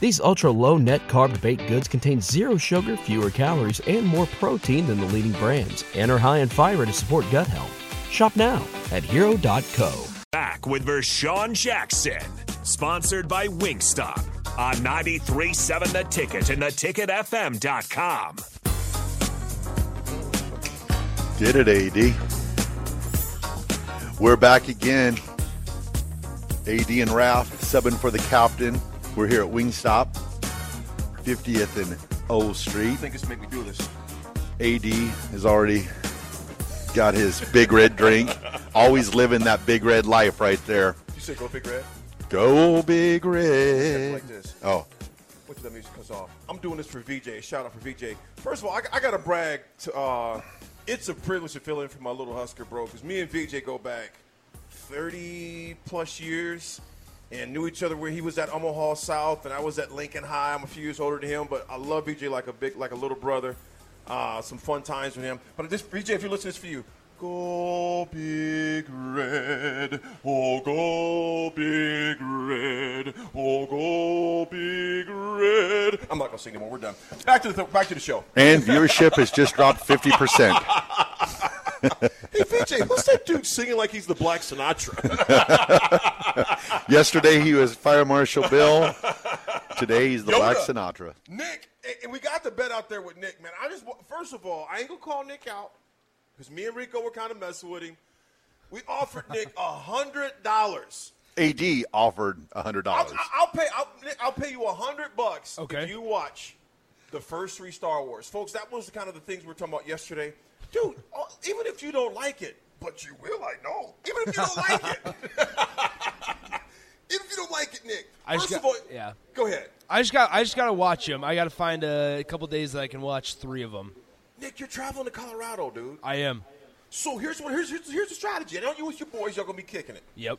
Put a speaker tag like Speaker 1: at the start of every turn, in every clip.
Speaker 1: These ultra low net carb baked goods contain zero sugar, fewer calories, and more protein than the leading brands, and are high in fiber to support gut health. Shop now at hero.co.
Speaker 2: Back with Vershawn Jackson, sponsored by Wingstop on 93.7 The Ticket and theticketfm.com.
Speaker 3: Did it, AD. We're back again. AD and Ralph, seven for the captain. We're here at Wingstop, 50th and O Street.
Speaker 4: think it's make me do this.
Speaker 3: AD has already got his big red drink. Always living that big red life right there.
Speaker 4: You say go big red?
Speaker 3: Go big
Speaker 4: Except
Speaker 3: red.
Speaker 4: Like this.
Speaker 3: Oh,
Speaker 4: Wait till that music cuts off. I'm doing this for VJ. Shout out for VJ. First of all, I, I gotta brag to. Uh, it's a privilege to fill in for my little Husker bro, because me and VJ go back 30 plus years and knew each other where he was at Omaha South and I was at Lincoln High. I'm a few years older than him, but I love VJ like a big, like a little brother. Uh, some fun times with him. But this VJ, if you listen, this for you. Go big red, oh go big red, oh go big red. I'm not gonna sing anymore. We're done. Back to the back to the show.
Speaker 3: and viewership has just dropped 50%.
Speaker 4: Hey VJ, what's that dude singing like he's the Black Sinatra?
Speaker 3: Yesterday he was Fire Marshal Bill. Today he's the Black
Speaker 4: Yoda.
Speaker 3: Sinatra.
Speaker 4: Nick, a- and we got the bet out there with Nick, man. I just wa- first of all, I ain't gonna call Nick out because me and Rico were kind of messing with him. We offered Nick a hundred dollars.
Speaker 3: AD offered $100.
Speaker 4: I'll,
Speaker 5: uh,
Speaker 4: I'll pay. I'll, Nick, I'll pay you a hundred bucks
Speaker 5: Okay.
Speaker 4: if you watch the first three Star Wars, folks. That was the kind of the things we were talking about yesterday, dude. oh, Even if you don't like it, but you will, I know. Even if you don't like it, even if you don't like it, Nick.
Speaker 5: I
Speaker 4: First
Speaker 5: just
Speaker 4: of
Speaker 5: got-
Speaker 4: all,
Speaker 5: yeah.
Speaker 4: Go ahead,
Speaker 5: I just got I just gotta watch them. I gotta find a, couple days that I can watch three of them.
Speaker 4: Nick. You're traveling to Colorado, dude.
Speaker 5: I am.
Speaker 4: So here's what here's here's, here's the strategy. I know you with your boys, y'all gonna be kicking it.
Speaker 5: Yep.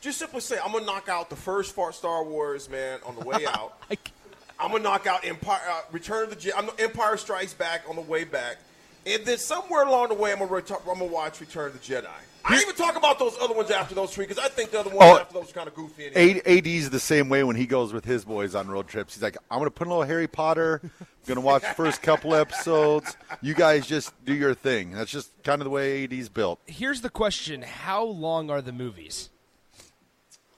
Speaker 4: Just simply say, I'm gonna knock out the first part Star Wars, man, on the way out.
Speaker 5: I c-
Speaker 4: I'm gonna knock out Empire, uh, Return of the Jedi, I'm, Empire Strikes Back on the way back, and then somewhere along the way, I'm gonna ret- I'm gonna watch Return of the Jedi. I even talk about those other ones after those three because I think the other ones
Speaker 3: Oh.
Speaker 4: after those are kind of goofy. Anyway.
Speaker 3: AD, AD's the same way when he goes with his boys on road trips. He's like, I'm going to put in a little Harry Potter. I'm going to watch the first couple episodes. You guys just do your thing. That's just kind of the way AD's built.
Speaker 5: Here's the question: How long are the movies?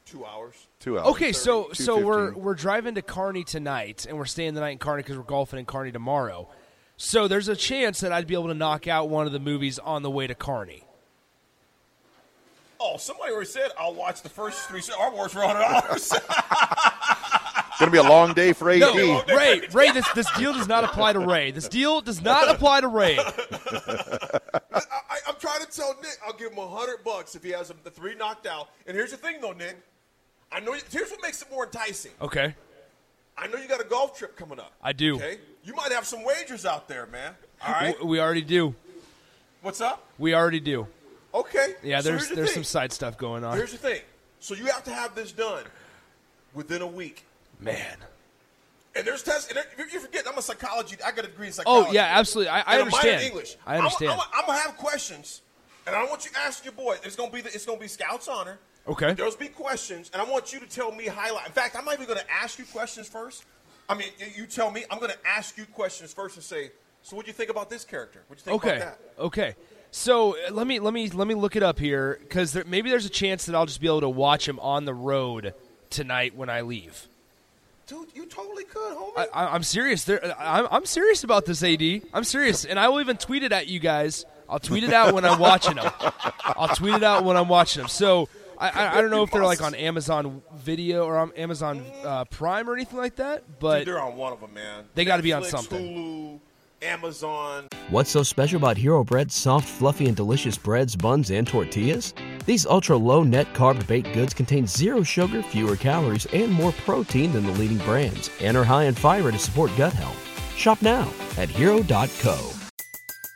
Speaker 4: Two hours.
Speaker 3: Two hours.
Speaker 5: Okay, so so
Speaker 3: 2:15.
Speaker 5: we're we're driving to Kearney tonight, and we're staying the night in Kearney because we're golfing in Kearney tomorrow. So there's a chance that I'd be able to knock out one of the movies on the way to Kearney.
Speaker 4: Oh, somebody already said I'll watch the first three Star Wars for hundred dollars.
Speaker 3: It's going to be a long day for AD.
Speaker 5: No, Ray, Ray, this this deal does not apply to Ray. This deal does not apply to Ray.
Speaker 4: I, I'm trying to tell Nick I'll give him a hundred bucks if he has the three knocked out. And here's the thing, though, Nick. I know. You, here's what makes it more enticing.
Speaker 5: Okay,
Speaker 4: I know you got a golf trip coming up.
Speaker 5: I do.
Speaker 4: Okay. You might have some wagers out there, man. All right.
Speaker 5: W- we already do.
Speaker 4: What's up?
Speaker 5: We already do.
Speaker 4: Okay.
Speaker 5: Yeah,
Speaker 4: So
Speaker 5: there's
Speaker 4: here's the
Speaker 5: there's
Speaker 4: thing.
Speaker 5: some side stuff going on.
Speaker 4: Here's the thing. So you have to have this done within a week.
Speaker 5: Man.
Speaker 4: And there's tests. And there- you forget, I'm a psychology. I got a degree in psychology.
Speaker 5: Oh yeah, absolutely. I, I
Speaker 4: and A minor
Speaker 5: understand.
Speaker 4: in English.
Speaker 5: I understand.
Speaker 4: I'm, I'm, gonna have questions, and I want you to ask your boy. It's gonna be the, it's gonna be Scout's honor.
Speaker 5: Okay.
Speaker 4: There's be questions, and I want you to tell me highlight. In fact, I'm not even gonna ask you questions first. I mean, y- you tell me. I'm gonna ask you questions first and say, so what do you think about this character? What do you think
Speaker 5: okay.
Speaker 4: about that?
Speaker 5: Okay. So uh, let me let me let me look it up here because there, maybe there's a chance that I'll just be able to watch him on the road tonight when I leave.
Speaker 4: Dude, you totally could, homie.
Speaker 5: I, I, I'm serious. There, I, I'm- I'm serious about this, AD. I'm serious, and I will even tweet it at you guys. I'll tweet it out when I'm watching them. I'll tweet it out when I'm watching them. So I, I, I don't know if they're like on Amazon Video or on Amazon uh, Prime or anything like that, but
Speaker 4: Dude, they're on one of them, man.
Speaker 5: They gotta be on
Speaker 4: Netflix,
Speaker 5: something.
Speaker 4: Hulu, Amazon.
Speaker 1: What's so special about Hero Bread's soft, fluffy, and delicious breads, buns, and tortillas? These ultra low net carb baked goods contain zero sugar, fewer calories, and more protein than the leading brands, and are high in fiber to support gut health. Shop now at hero.co.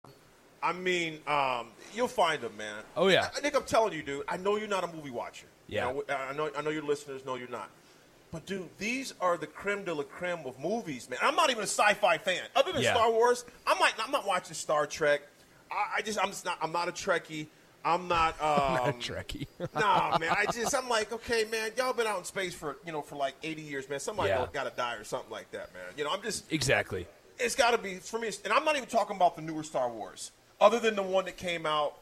Speaker 4: I mean, um, you'll find them, man.
Speaker 5: Oh, yeah.
Speaker 4: I, Nick, I'm telling you, dude. I know you're not a movie watcher.
Speaker 5: Yeah.
Speaker 4: You know, I know. I know your listeners know you're not. But dude, these are the creme de la creme of movies, man. I'm not even a sci-fi fan. Other than
Speaker 5: Yeah.
Speaker 4: Star Wars, I'm like, I'm not watching Star Trek. I, I just, I'm just not. I'm not a Trekkie. I'm not. Um,
Speaker 5: Not Trekkie.
Speaker 4: nah, man. I just, I'm like, okay, man. Y'all been out in space for, you know, for like 80 years, man. Somebody
Speaker 5: Yeah.
Speaker 4: got to die or something like that, man. You know, I'm just,
Speaker 5: exactly.
Speaker 4: it's got to be for me. it's- And I'm not even talking about the newer Star Wars, other than the one that came out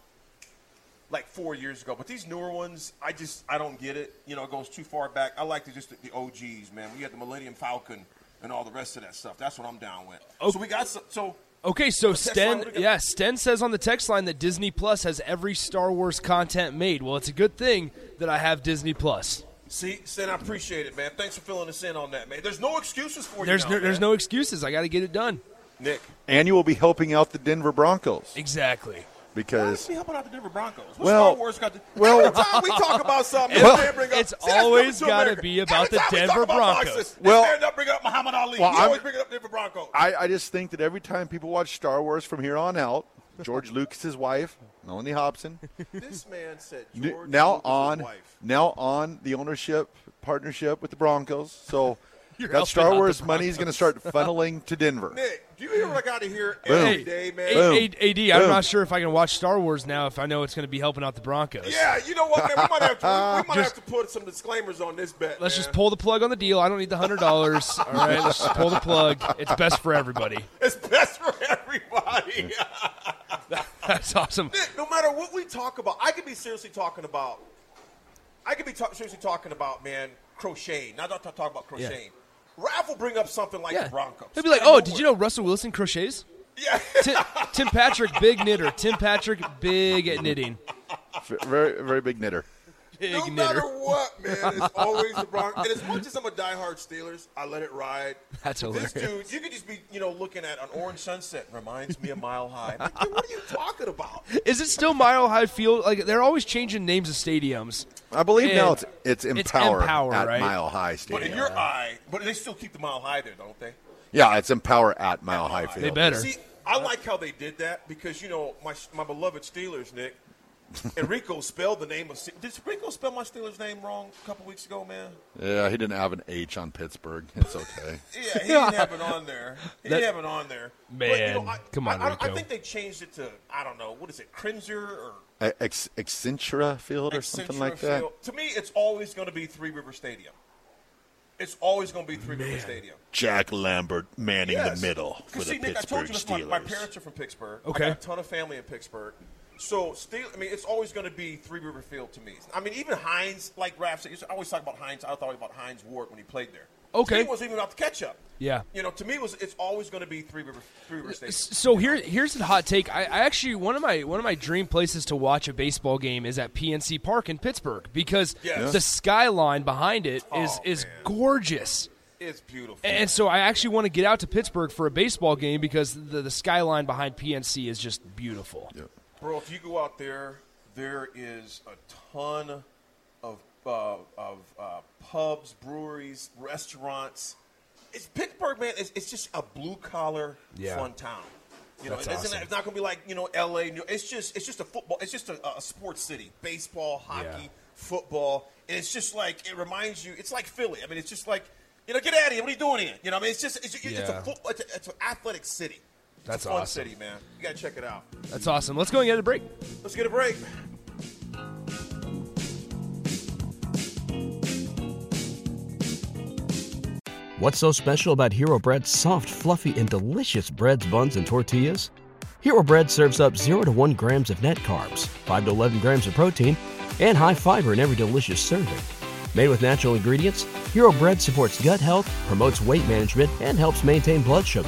Speaker 4: like four years ago. But these newer ones, I just I don't get it. You know, it goes too far back. I like the, just the, the OGs, man. We had the Millennium Falcon and all the rest of that stuff. That's what I'm down with.
Speaker 5: Oh.
Speaker 4: So we got so. so
Speaker 5: Okay, so
Speaker 4: Text line,
Speaker 5: Sten,
Speaker 4: what do we got?
Speaker 5: yeah, Sten says on the text line that Disney Plus has every Star Wars content made. Well, it's a good thing that I have Disney Plus.
Speaker 4: See, Sin, I appreciate it, man. Thanks for filling us in on that, man. There's no excuses for
Speaker 5: There's
Speaker 4: you.
Speaker 5: no,
Speaker 4: now,
Speaker 5: there's
Speaker 4: man.
Speaker 5: no excuses. I got to get it done.
Speaker 4: Nick.
Speaker 3: And you will be helping out the Denver Broncos
Speaker 5: Exactly.
Speaker 4: Why is
Speaker 3: because
Speaker 4: he helping out the Denver Broncos? What's
Speaker 3: Well-
Speaker 4: Star Wars got to?
Speaker 3: well-
Speaker 4: every time we talk about something,
Speaker 5: Well,
Speaker 4: this man bring up,
Speaker 5: it's
Speaker 4: See, that's
Speaker 5: always
Speaker 4: coming to
Speaker 5: gotta
Speaker 4: America.
Speaker 5: be about
Speaker 4: Every
Speaker 5: the
Speaker 4: time we talk
Speaker 5: Denver
Speaker 4: about
Speaker 5: Broncos.
Speaker 4: boxes, this
Speaker 3: Well-
Speaker 4: man don't bring up Muhammad Ali.
Speaker 3: Well,
Speaker 4: he
Speaker 3: I'm-
Speaker 4: always bring up Denver Broncos.
Speaker 3: I, I just think that every time people watch Star Wars from here on out, George Lucas's wife, Melanie Hobson,
Speaker 4: this man said
Speaker 3: N-
Speaker 4: George
Speaker 3: now
Speaker 4: Lucas's
Speaker 3: on
Speaker 4: wife.
Speaker 3: now on the ownership partnership with the Broncos. So that
Speaker 5: helping out
Speaker 3: Star
Speaker 5: the
Speaker 3: Wars money is going to start funneling to Denver.
Speaker 4: Nick, do you hear what I got to hear
Speaker 3: Boom.
Speaker 4: every day, man?
Speaker 3: Boom.
Speaker 5: A- A- AD, I'm
Speaker 3: Boom.
Speaker 5: not sure if I can watch Star Wars now if I know it's going to be helping out the Broncos.
Speaker 4: Yeah, you know what, man? We might have to, we, we might
Speaker 5: Just-
Speaker 4: have to put some disclaimers on this bet.
Speaker 5: Let's
Speaker 4: man.
Speaker 5: just pull the plug on the deal. I don't need the hundred dollars. All right, let's just pull the plug. It's best for everybody.
Speaker 4: It's best for everybody.
Speaker 5: That's awesome.
Speaker 4: Nick, no matter what we talk about, I could be seriously talking about. I could be ta- seriously talking about man crocheting. Not not talking about crocheting. Ralph will bring up something like
Speaker 5: Yeah,
Speaker 4: the Broncos.
Speaker 5: He'll be like,
Speaker 4: Out of
Speaker 5: "Oh, did you know
Speaker 4: nowhere.
Speaker 5: Russell Wilson crochets?"
Speaker 4: Yeah,
Speaker 5: Tim, Tim Patrick, big knitter. Tim Patrick, big at knitting.
Speaker 3: V- Very very big knitter.
Speaker 5: Big
Speaker 4: no matter
Speaker 5: knitter.
Speaker 4: what, man, it's always the Broncos. And as much as I'm a diehard Steelers, I let it ride.
Speaker 5: That's
Speaker 4: This
Speaker 5: hilarious.
Speaker 4: dude, you could just be, you know, looking at an orange sunset reminds me of Mile High. I'm like, dude, what are you talking about?
Speaker 5: Is it still Mile High Field? Like they're always changing names of stadiums.
Speaker 3: I believe now
Speaker 5: And
Speaker 3: it's it's
Speaker 5: it's
Speaker 3: empower,
Speaker 5: Empower,
Speaker 3: at
Speaker 5: right?
Speaker 3: Mile High
Speaker 4: But
Speaker 3: Stadium.
Speaker 4: in your eye, but they still keep the Mile High there, don't they?
Speaker 3: yeah, it's empower at Mile High Field.
Speaker 5: They better.
Speaker 4: See, I like how they did that because you know my my beloved Steelers, Nick. Enrico spelled the name of. Se- Did Enrico spell my Steelers name wrong a couple weeks ago, man?
Speaker 3: Yeah, he didn't have an H on Pittsburgh. It's okay.
Speaker 4: Yeah, he didn't have it on there. He didn't have it on there. but, you know,
Speaker 5: Man,
Speaker 4: I,
Speaker 5: come on,
Speaker 4: I, I, I
Speaker 5: Rico.
Speaker 4: think they changed it to I don't know what is it, Crimser or
Speaker 3: A- E-, Ex- Accentura Field or something like that.
Speaker 4: Field. To me, it's always going to be Three River Stadium. It's always going to be Three River Stadium.
Speaker 3: Jack Lambert manning
Speaker 4: Yes. 'Cause see, Nick, I told you this, my, my parents are from Pittsburgh.
Speaker 5: Okay.
Speaker 4: I got a ton of family in Pittsburgh. So, Steel, I mean, it's always going to be Three River Field to me. I mean, even Hines, like Raph said, I always talk about Hines. I thought about Hines Ward when he played there.
Speaker 5: Okay.
Speaker 4: He wasn't even about the ketchup.
Speaker 5: Yeah.
Speaker 4: You know, to me, it was it's always going to be Three River, Three River Stadium.
Speaker 5: So here, here's the hot take. I, I actually one of my one of my dream places to watch a baseball game is at PNC Park in Pittsburgh because
Speaker 4: Yes.
Speaker 5: the skyline behind it is
Speaker 4: Oh,
Speaker 5: is
Speaker 4: man.
Speaker 5: gorgeous.
Speaker 4: It's beautiful.
Speaker 5: And so I actually want to get out to Pittsburgh for a baseball game because the, the skyline behind PNC is just beautiful.
Speaker 4: Bro, if you go out there, there is a ton of uh, of uh, pubs, breweries, restaurants. It's Pittsburgh, man. It's, it's just a blue collar
Speaker 5: Yeah.
Speaker 4: fun town. You know,
Speaker 5: That's
Speaker 4: it doesn't-
Speaker 5: awesome.
Speaker 4: it's not going to be like you know L.A. New- It's just it's just a football. It's just a, a sports city. Baseball, hockey,
Speaker 5: Yeah.
Speaker 4: football, and it's just like it reminds you. It's like Philly. I mean, it's just like you know, get out of here. What are you doing here? You know, I mean, it's just it's, it's
Speaker 5: Yeah.
Speaker 4: a foot, it's, a, it's an athletic city. It's
Speaker 5: That's
Speaker 4: a fun
Speaker 5: awesome.
Speaker 4: city, man. You got to check it out.
Speaker 5: That's awesome. Let's go and get a break.
Speaker 4: Let's get a break.
Speaker 1: What's so special about Hero Bread's soft, fluffy, and delicious breads, buns, and tortillas? Hero Bread serves up 0 to 1 grams of net carbs, 5 to 11 grams of protein, and high fiber in every delicious serving. Made with natural ingredients, Hero Bread supports gut health, promotes weight management, and helps maintain blood sugar.